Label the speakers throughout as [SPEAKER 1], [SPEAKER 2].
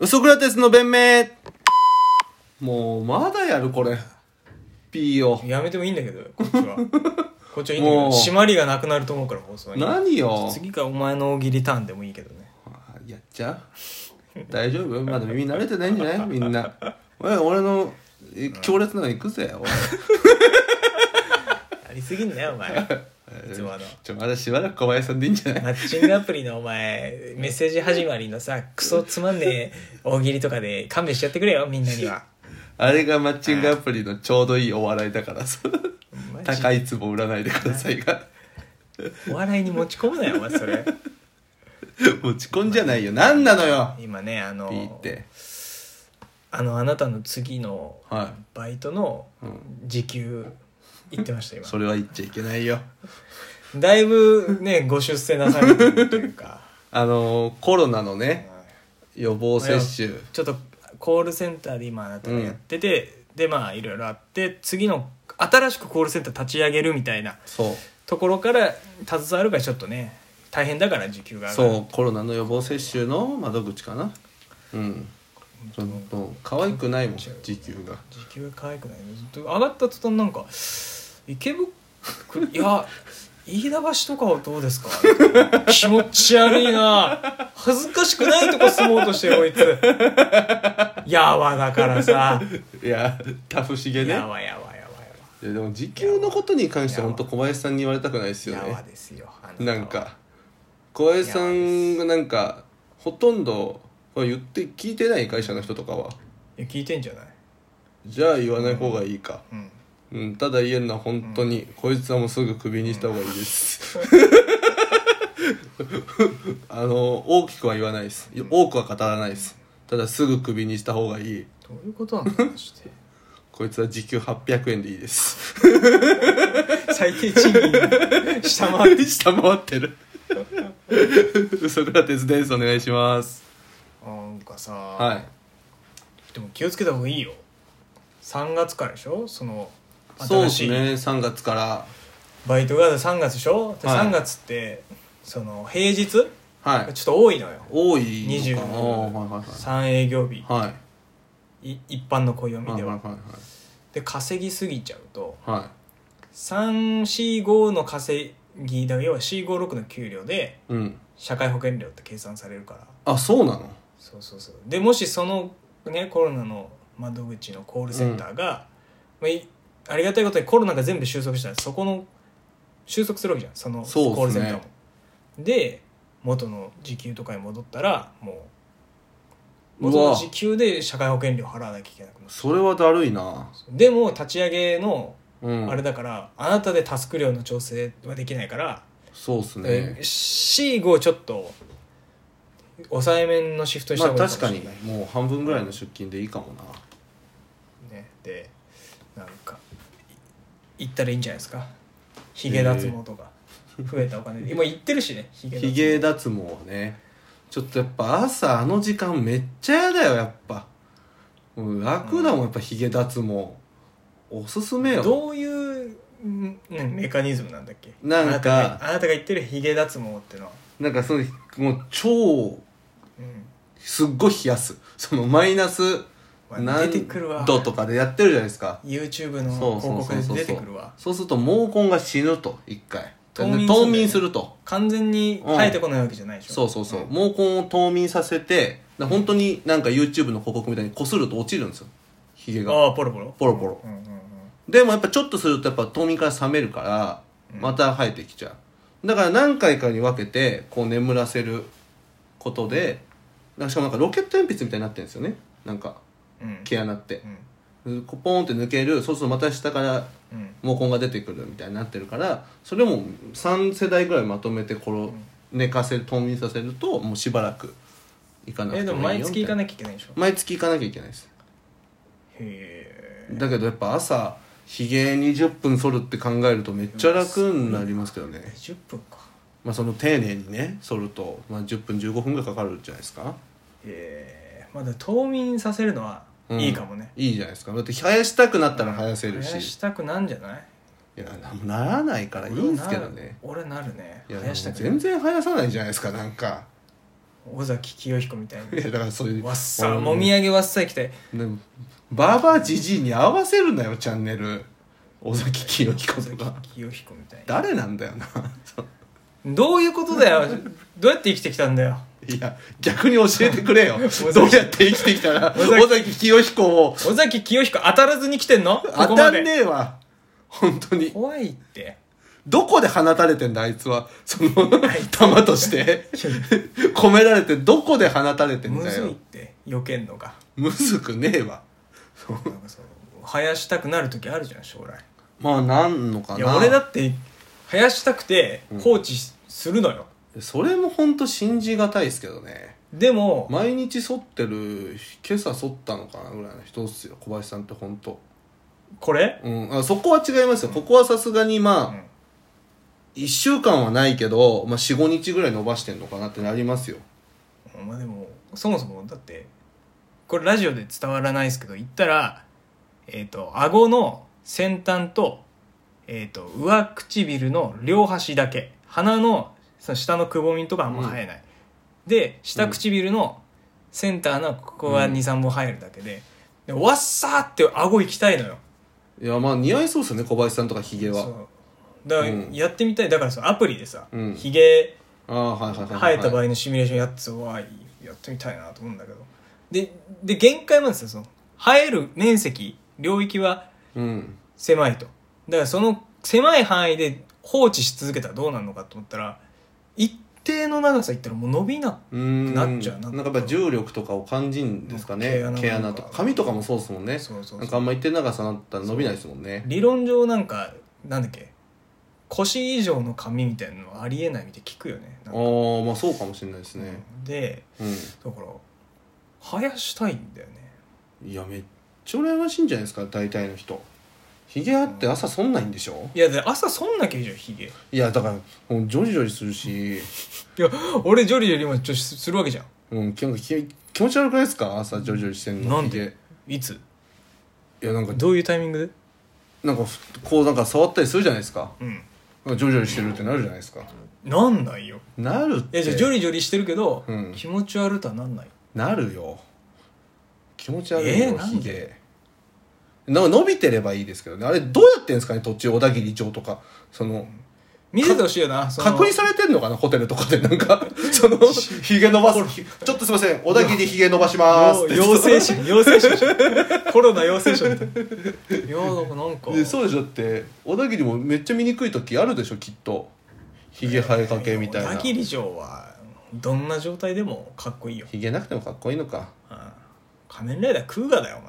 [SPEAKER 1] ウソクラテスの弁明もうまだやるこれピーを
[SPEAKER 2] やめてもいいんだけどこっち はこっちはいいんだけ
[SPEAKER 1] も
[SPEAKER 2] ど
[SPEAKER 1] う
[SPEAKER 2] 締まりがなくなると思うから放送に
[SPEAKER 1] 何よ
[SPEAKER 2] 次からお前の大喜利ターンでもいいけどね
[SPEAKER 1] あやっちゃう大丈夫まだ耳慣れてないんじゃないみんなおい俺のえ強烈なの行くぜ俺
[SPEAKER 2] ありすぎんなよお 前いつ もあの
[SPEAKER 1] ちょまだしばらく小林さんでいいんじゃない
[SPEAKER 2] マッチングアプリのお前メッセージ始まりのさクソつまんねえ大喜利とかで勘弁しちゃってくれよみんなに は
[SPEAKER 1] あれがマッチングアプリのちょうどいいお笑いだからさ
[SPEAKER 2] マジ
[SPEAKER 1] 高いツボ売らないでくださいが
[SPEAKER 2] お笑いに持ち込むなよお前そ れ
[SPEAKER 1] 持ち込んじゃないよ何なのよ
[SPEAKER 2] 今ねあ
[SPEAKER 1] ピーっ
[SPEAKER 2] の
[SPEAKER 1] て
[SPEAKER 2] あのあなたの次の
[SPEAKER 1] は
[SPEAKER 2] バイトの
[SPEAKER 1] うん
[SPEAKER 2] 時給言ってました
[SPEAKER 1] い
[SPEAKER 2] 今
[SPEAKER 1] それは言っちゃいけないよ
[SPEAKER 2] だいぶねご出世なされてるというか
[SPEAKER 1] あのーコロナのね予防接種
[SPEAKER 2] ちょっとコールセンターで今あなたがやってて、でまあいろいろあって次の新しくコールセンター立ち上げるみたいな
[SPEAKER 1] そう
[SPEAKER 2] ところから携わるからちょっとね大変だから時給が上がる
[SPEAKER 1] そうコロナの予防接種の窓口かなうんちょっと可愛くないもん時給が
[SPEAKER 2] 時給が可愛くないずっと上がった途端なんか池袋いや 飯田橋とかはどうですか気持ち悪いな恥ずかしくないとこ住もうとしてるこいつやわだからさ
[SPEAKER 1] いやタフしげねい
[SPEAKER 2] や
[SPEAKER 1] や
[SPEAKER 2] わやわやわ
[SPEAKER 1] でも時給のことに関しては本当小林さんに言われたくないです
[SPEAKER 2] や
[SPEAKER 1] よ
[SPEAKER 2] わやわ
[SPEAKER 1] ね
[SPEAKER 2] ですよあたは
[SPEAKER 1] なんか小林さんがなんかほとんどまあ言って聞いてない会社の人とかはい
[SPEAKER 2] や聞いてんじゃない
[SPEAKER 1] じゃあ言わない方がいいか
[SPEAKER 2] うん
[SPEAKER 1] うんただ言えるのは本当に、こいつはもうすぐクビにした方がいい です、あの大きくは言わないです多くは語らないですただすぐクビにした方がいい
[SPEAKER 2] どういうことなんだマジで
[SPEAKER 1] こいつは時給800円でいいです
[SPEAKER 2] 最低賃金下回 っ て
[SPEAKER 1] 下回ってるソクラテスですお願いします
[SPEAKER 2] なんかさ、
[SPEAKER 1] はい
[SPEAKER 2] でも気をつけた方がいいよ3月からでしょその
[SPEAKER 1] そう
[SPEAKER 2] 新
[SPEAKER 1] で
[SPEAKER 2] し
[SPEAKER 1] す
[SPEAKER 2] い
[SPEAKER 1] ね3月から
[SPEAKER 2] バイトが3月でしょ、で
[SPEAKER 1] はい
[SPEAKER 2] 3月ってその平日
[SPEAKER 1] はい
[SPEAKER 2] ちょっと多いのよ
[SPEAKER 1] 多い
[SPEAKER 2] 20
[SPEAKER 1] のかなはい
[SPEAKER 2] 3営業日
[SPEAKER 1] はいはいはい
[SPEAKER 2] い一般の暦
[SPEAKER 1] はい
[SPEAKER 2] で
[SPEAKER 1] はい
[SPEAKER 2] はで稼ぎすぎちゃうと
[SPEAKER 1] はいはい
[SPEAKER 2] 345の稼ぎだから要は456の給料で
[SPEAKER 1] うん
[SPEAKER 2] 社会保険料って計算されるから
[SPEAKER 1] あそうなの
[SPEAKER 2] そうそうそうでもしそのねコロナの窓口のコールセンターが、まあい、ありがたいことにコロナが全部収束したらそこの収束するわけじゃんその
[SPEAKER 1] そうっすね
[SPEAKER 2] コールセンターもで元の時給とかに戻ったらも
[SPEAKER 1] う
[SPEAKER 2] う元の
[SPEAKER 1] わ
[SPEAKER 2] 時給で社会保険料払わなきゃいけなくなる
[SPEAKER 1] それはだるいな
[SPEAKER 2] でも立ち上げの
[SPEAKER 1] うん
[SPEAKER 2] あれだから、あなたでタスク量の調整はできないから、
[SPEAKER 1] そうっすね。
[SPEAKER 2] C5 をちょっと抑えめのシフトにし
[SPEAKER 1] ま
[SPEAKER 2] た
[SPEAKER 1] あ
[SPEAKER 2] 方がいい
[SPEAKER 1] 確
[SPEAKER 2] も
[SPEAKER 1] か
[SPEAKER 2] しれ
[SPEAKER 1] に
[SPEAKER 2] ない
[SPEAKER 1] もう半分ぐらいの出勤でいいかもな。
[SPEAKER 2] ねでなんかい行ったらいいんじゃないですかヒゲ脱毛とか増えたお金で今行ってるしねヒゲ脱
[SPEAKER 1] ひ
[SPEAKER 2] 毛
[SPEAKER 1] げ脱毛はね。ちょっとやっぱ朝あの時間めっちゃ嫌だよやっぱ。もう楽だもんやっぱひげ脱毛。おすすめよ。
[SPEAKER 2] どういうんねメカニズムなんだっけ
[SPEAKER 1] なんか
[SPEAKER 2] あなたがあなたが言ってるヒゲ脱毛ってのは、
[SPEAKER 1] なんかそのもう超
[SPEAKER 2] うん
[SPEAKER 1] すっごい冷やす。そのマイナス
[SPEAKER 2] まあ
[SPEAKER 1] 何
[SPEAKER 2] 出てくるわ
[SPEAKER 1] 度とかでやってるじゃないですか。
[SPEAKER 2] YouTube の
[SPEAKER 1] そう
[SPEAKER 2] 広
[SPEAKER 1] そう
[SPEAKER 2] 告
[SPEAKER 1] そうそう。
[SPEAKER 2] で出てくるわ
[SPEAKER 1] そうすると毛根が死ぬと一回。
[SPEAKER 2] 冬眠するんだよね
[SPEAKER 1] 冬眠すると。
[SPEAKER 2] 完全に生えてこないわけじゃないでしょ、
[SPEAKER 1] そうそうそう、
[SPEAKER 2] ん
[SPEAKER 1] 毛根を冬眠させてだ本当になんか YouTube の広告みたいにこすると落ちるんですよひげが
[SPEAKER 2] ああポロポロ
[SPEAKER 1] ポロポロ
[SPEAKER 2] うんうんうん
[SPEAKER 1] でもやっぱちょっとするとやっぱ冬眠から冷めるから
[SPEAKER 2] うん
[SPEAKER 1] また生えてきちゃうだから何回かに分けてこう眠らせることでなんかしかもなんかロケット鉛筆みたいになってるんですよねなんか
[SPEAKER 2] うん
[SPEAKER 1] 毛穴って
[SPEAKER 2] うん
[SPEAKER 1] こうポーンって抜けるそうするとまた下から
[SPEAKER 2] うん
[SPEAKER 1] 毛根が出てくるみたいになってるからそれも3世代ぐらいまとめてこれを寝かせる冬眠させるともうしばらく行かなくて
[SPEAKER 2] え
[SPEAKER 1] もいい
[SPEAKER 2] で
[SPEAKER 1] よ
[SPEAKER 2] も毎月行か
[SPEAKER 1] みたいな
[SPEAKER 2] なきゃいけないでしょへ
[SPEAKER 1] 毎月行かなきゃいけないです
[SPEAKER 2] え
[SPEAKER 1] だけどやっぱ朝ひげ20分剃るって考えるとめっちゃ楽になりますけどね、
[SPEAKER 2] 20分か
[SPEAKER 1] まあ、その丁寧にね剃ると、まあ、10分15分ぐらいかかるじゃないですか
[SPEAKER 2] ええまだ冬眠させるのは
[SPEAKER 1] うん
[SPEAKER 2] いいかもね、
[SPEAKER 1] いいじゃないですかだって生やしたくなったら生やせる
[SPEAKER 2] 生や
[SPEAKER 1] し、
[SPEAKER 2] したくなんじゃない
[SPEAKER 1] いやならないからいいんですけどね
[SPEAKER 2] 俺はなる俺はなるね
[SPEAKER 1] いや
[SPEAKER 2] 生やしたくな
[SPEAKER 1] 全然生やさないじゃないですかなんか
[SPEAKER 2] 尾崎清彦みたい
[SPEAKER 1] いやだ
[SPEAKER 2] に
[SPEAKER 1] からそういう
[SPEAKER 2] わっさもみあげわっさい来て
[SPEAKER 1] でもバーバーじじいに合わせるなよチャンネル尾崎清彦とか
[SPEAKER 2] 清彦みたい
[SPEAKER 1] 誰なんだよな そう
[SPEAKER 2] などういうことだよどうやって生きてきたんだよ
[SPEAKER 1] いや逆に教えてくれ よ
[SPEAKER 2] 崎
[SPEAKER 1] どうやって生きてきたら
[SPEAKER 2] 尾崎
[SPEAKER 1] 尾崎清彦を
[SPEAKER 2] 尾崎清彦当たらずに来てんのここ
[SPEAKER 1] 当
[SPEAKER 2] ま
[SPEAKER 1] たん
[SPEAKER 2] で
[SPEAKER 1] ねえわ本当に
[SPEAKER 2] 怖いって
[SPEAKER 1] どこで放たれてんだあいつはその弾と して
[SPEAKER 2] いや
[SPEAKER 1] 込められてどこで放たれてん
[SPEAKER 2] む
[SPEAKER 1] だ
[SPEAKER 2] ずいっ
[SPEAKER 1] よ
[SPEAKER 2] て避けんのが
[SPEAKER 1] むずくねえわ
[SPEAKER 2] なんかそう生やしたくなる時あるじゃん将来
[SPEAKER 1] まあなんのかない
[SPEAKER 2] や俺だって生やしたくて
[SPEAKER 1] うん
[SPEAKER 2] 放置しするのよ、
[SPEAKER 1] それも本当信じがたいですけどね
[SPEAKER 2] でも、
[SPEAKER 1] 毎日剃ってる今朝剃ったのかなぐらいの人っすよ小林さんって本当
[SPEAKER 2] これ、
[SPEAKER 1] うんあそこは違いますよここはさすがにまあ、
[SPEAKER 2] うん
[SPEAKER 1] 1週間はないけど、まあ、45日ぐらい伸ばしてんのかなってなりますよ
[SPEAKER 2] まあでもそもそもだってこれラジオで伝わらないですけど言ったらえっ、と顎の先端と,、えー、と上唇の両端だけ鼻のその下のくぼみとかあんま生えない、で下唇のセンターのここが
[SPEAKER 1] うん
[SPEAKER 2] 23本生えるだけででわっさーって顎行きたいのよ
[SPEAKER 1] いやまあ似合いそうっすよね小林さんとかヒゲ
[SPEAKER 2] そ
[SPEAKER 1] は
[SPEAKER 2] うだから
[SPEAKER 1] うん
[SPEAKER 2] やってみたいだからそのアプリでさ、
[SPEAKER 1] うん
[SPEAKER 2] ヒゲ
[SPEAKER 1] ああはいはいはい、は
[SPEAKER 2] 生
[SPEAKER 1] い、
[SPEAKER 2] えた場合のシミュレーションやつはやってみたいなと思うんだけどでで限界までさその生える面積領域は
[SPEAKER 1] うん
[SPEAKER 2] 狭いとだからその狭い範囲で放置し続けたらどうなるのかと思ったら一定の長さいったらもう伸びな
[SPEAKER 1] うーん
[SPEAKER 2] なっちゃうな
[SPEAKER 1] なんかやっぱ重力とかを感じんですかね
[SPEAKER 2] 毛穴なんか
[SPEAKER 1] 毛穴とか髪とかもそうですもんね
[SPEAKER 2] そうそうそう
[SPEAKER 1] なんかあんま一定長さになったら伸びないですもんね
[SPEAKER 2] 理論上なんかなんだっけ腰以上の髪みたいなのはありえないみたいに聞くよね
[SPEAKER 1] あ
[SPEAKER 2] な
[SPEAKER 1] あ
[SPEAKER 2] んか
[SPEAKER 1] ーまあそうかもしれないですね
[SPEAKER 2] で
[SPEAKER 1] う
[SPEAKER 2] だから生やしたいんだよね
[SPEAKER 1] んいやめっちゃ羨ましいんじゃないですか大体の人ヒゲあって朝そんないんでしょ
[SPEAKER 2] いやで朝そんなきゃいいじゃんヒゲ
[SPEAKER 1] いやだからもうジョリジョリするし、
[SPEAKER 2] いや俺ジョリジョリもちょするわけじゃん
[SPEAKER 1] うん、気気気持ち悪くないですか朝ジョリジョリしてんの
[SPEAKER 2] なんで
[SPEAKER 1] ヒゲ
[SPEAKER 2] いつ
[SPEAKER 1] いやなんか
[SPEAKER 2] どういうタイミング
[SPEAKER 1] なんかふこうなんか触ったりするじゃないですか
[SPEAKER 2] でうん
[SPEAKER 1] なんかジョリジョリしてるってなるじゃないですか
[SPEAKER 2] なんないよ
[SPEAKER 1] なるって
[SPEAKER 2] えじゃあジョリジョリしてるけど、
[SPEAKER 1] うん
[SPEAKER 2] 気持ち悪とはなんない
[SPEAKER 1] なるよ気持ち悪い
[SPEAKER 2] え
[SPEAKER 1] よ
[SPEAKER 2] ーなん
[SPEAKER 1] ヒ
[SPEAKER 2] で
[SPEAKER 1] ゲなんか伸びてればいいですけどねあれどうやってんですかね途中小田切町とかその
[SPEAKER 2] 見せてほしいよなその
[SPEAKER 1] 隔離されてんのかなホテルとかでなん かそのヒゲ伸ばすひちょっとすいません小田切ヒゲ伸ばしますって
[SPEAKER 2] よう陽性者陽性 者コロナ陽性者みたいないやなんかなんか
[SPEAKER 1] でそうでしょだって小田切もめっちゃ醜い時あるでしょきっとヒゲ生えかけみたい
[SPEAKER 2] 小
[SPEAKER 1] な
[SPEAKER 2] 田切城はどんな状態でもかっこいいよ、
[SPEAKER 1] ヒゲなくてもかっこいいの か
[SPEAKER 2] うん、仮面ライダークーガだよ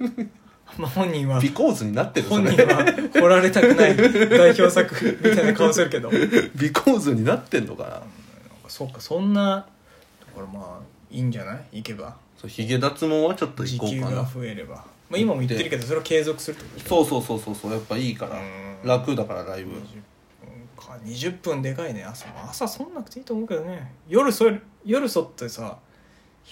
[SPEAKER 2] お前 まあ本人は
[SPEAKER 1] ビコーズになってる
[SPEAKER 2] 本
[SPEAKER 1] それ
[SPEAKER 2] 人は掘られたくない代表作みたいな顔するけど
[SPEAKER 1] 微構図になってんのかな、
[SPEAKER 2] そうかそんなだからまあいいんじゃない行けば
[SPEAKER 1] そうヒゲ脱毛はちょっと行
[SPEAKER 2] 時
[SPEAKER 1] こ
[SPEAKER 2] 給
[SPEAKER 1] うか
[SPEAKER 2] が
[SPEAKER 1] な
[SPEAKER 2] 増えれば、まあ、今も言ってるけどそれを継続するってことでしょ
[SPEAKER 1] そうそうそうそうそうやっぱいいから
[SPEAKER 2] うん
[SPEAKER 1] 楽だからライブ
[SPEAKER 2] 20分か20分でかいね朝まあ朝そんなくていいと思うけどね夜そる夜そってさ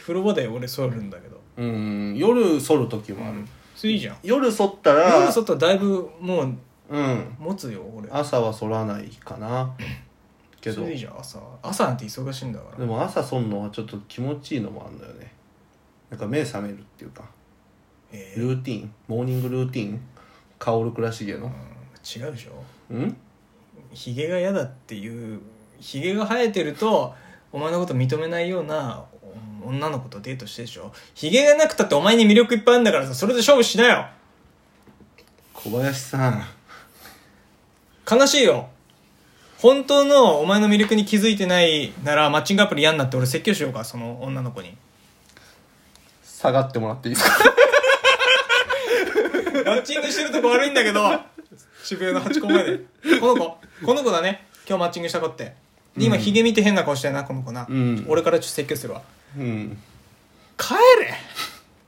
[SPEAKER 2] 風呂場で俺そるんだけど、
[SPEAKER 1] うん夜剃る時もある、
[SPEAKER 2] それいいじゃん
[SPEAKER 1] 夜剃ったら
[SPEAKER 2] 夜そったらだいぶもう
[SPEAKER 1] うん
[SPEAKER 2] 持つよ俺
[SPEAKER 1] 朝は剃らないかなけ
[SPEAKER 2] そ
[SPEAKER 1] ど
[SPEAKER 2] れいいじゃん朝朝なんて忙しいんだから
[SPEAKER 1] でも朝剃るのはちょっと気持ちいいのもあるんだよねなんか目覚めるっていうか
[SPEAKER 2] えー
[SPEAKER 1] ルーティンモーニングルーティン薫倉重の
[SPEAKER 2] うん違うでしょ
[SPEAKER 1] うん
[SPEAKER 2] ヒゲが嫌だっていうヒゲが生えてるとお前のこと認めないようなお女の子とデートしてでしょヒゲがなくたってお前に魅力いっぱいあるんだからさそれで勝負しなよ
[SPEAKER 1] 小林さん
[SPEAKER 2] 悲しいよ本当のお前の魅力に気づいてないならマッチングアプリ嫌になって俺説教しようかその女の子に
[SPEAKER 1] 下がってもらっていいですか
[SPEAKER 2] マッチングしてるとこ悪いんだけど渋谷の8個前でこの子この子だね今日マッチングした子ってで今ヒゲ見て変な顔してるなこの子な、
[SPEAKER 1] うん
[SPEAKER 2] 俺からちょっと説教するわ
[SPEAKER 1] うん
[SPEAKER 2] 帰れ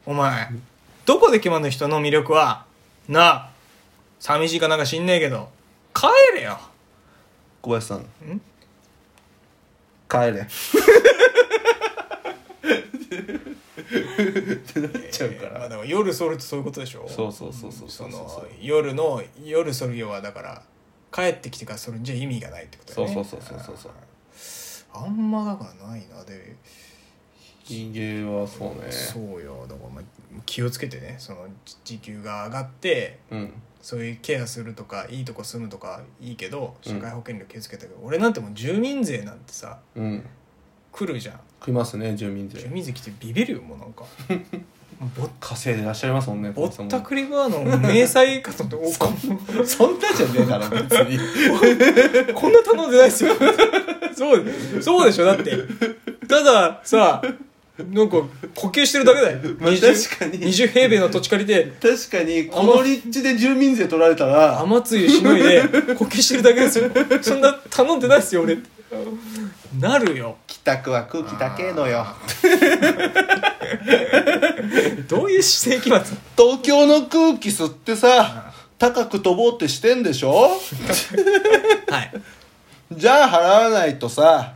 [SPEAKER 2] お前どこで決まるの人の魅力はなあ寂しいかなんか知んねえけど帰れよ
[SPEAKER 1] 小林さん
[SPEAKER 2] ん
[SPEAKER 1] 帰 れってなっちゃうか
[SPEAKER 2] まあ
[SPEAKER 1] ら
[SPEAKER 2] でも夜ソるってそういうことでしょ
[SPEAKER 1] そうそうそうそうそ
[SPEAKER 2] そう
[SPEAKER 1] そう
[SPEAKER 2] の夜の夜ソるよはだから帰ってきてからそれじゃ意味がないってことだ
[SPEAKER 1] そう
[SPEAKER 2] よね
[SPEAKER 1] そうそうそうそうそう
[SPEAKER 2] あんまだからないなで
[SPEAKER 1] ひげはそうね
[SPEAKER 2] そうよだから、まあ、気をつけてねその時時給が上がって
[SPEAKER 1] うん
[SPEAKER 2] そういうケアするとかいいとこ住むとかいいけど
[SPEAKER 1] うん
[SPEAKER 2] 社会保険料気をつけたけど、俺なんてもう住民税なんてさ
[SPEAKER 1] うん
[SPEAKER 2] 来るじゃん
[SPEAKER 1] 食いますね住民税
[SPEAKER 2] 住民税来てビビるよもうな んかぼっ
[SPEAKER 1] 稼いでいらっしゃいますもんね
[SPEAKER 2] ぼ
[SPEAKER 1] こ
[SPEAKER 2] っ
[SPEAKER 1] いつも
[SPEAKER 2] たくりバーの明細かと思ってお
[SPEAKER 1] そんなじゃねえだろ別に
[SPEAKER 2] こんな頼んでないですよ そうそうでしょだってたださなんか呼吸してるだけだよ、
[SPEAKER 1] まあ
[SPEAKER 2] 20
[SPEAKER 1] 確かに
[SPEAKER 2] 20平米の土地借りて
[SPEAKER 1] 確かにこの立地で住民税取られたら
[SPEAKER 2] 雨露しのいで呼吸してるだけですよそんな頼んでないですよ俺なるよ
[SPEAKER 1] 北区は空気だけのよ
[SPEAKER 2] どういう姿勢決まった
[SPEAKER 1] 東京の空気吸ってさ高く飛ぼうってしてんでしょ
[SPEAKER 2] はい
[SPEAKER 1] じゃあ払わないとさ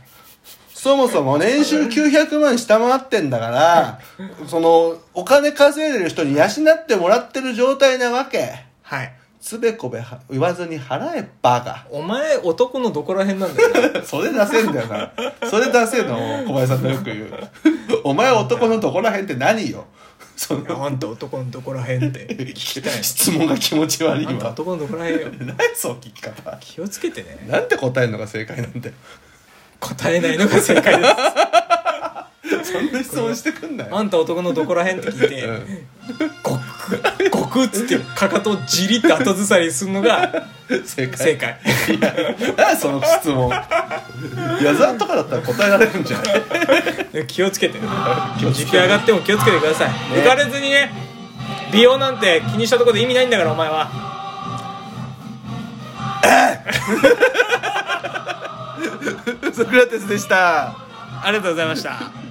[SPEAKER 1] そもそも年収900万下回ってんだからそのお金稼いでる人に養ってもらってる状態なわけ
[SPEAKER 2] はい
[SPEAKER 1] つべこべは言わずに払えバカ
[SPEAKER 2] お前男のどこら辺なんだよ な
[SPEAKER 1] それ出せんだよなそれ出せんの小林さんとよく言うお前男のどこら辺って何よその
[SPEAKER 2] いやあんた男のどこら辺って聞きたい
[SPEAKER 1] 質問が気持ち悪い
[SPEAKER 2] あんた
[SPEAKER 1] わ
[SPEAKER 2] 男のどこら辺よ
[SPEAKER 1] 何そう聞き方
[SPEAKER 2] 気をつけてね
[SPEAKER 1] なんて答えるのが正解なんだよ
[SPEAKER 2] 答えないのが正解 です
[SPEAKER 1] そんな質問してくんなよ
[SPEAKER 2] あんた男のどこら辺って聞いて、ごくごくっつってかかとをじりって後ずさりするのが
[SPEAKER 1] うん正解
[SPEAKER 2] 正解
[SPEAKER 1] 何その質問矢沢とかだったら答えられるんじゃ ない
[SPEAKER 2] 気をつけてね時給上がっても気をつけてください、浮かれずにね美容なんて気にしたところで意味ないんだからお前は
[SPEAKER 1] ソクラテスでした
[SPEAKER 2] ありがとうございました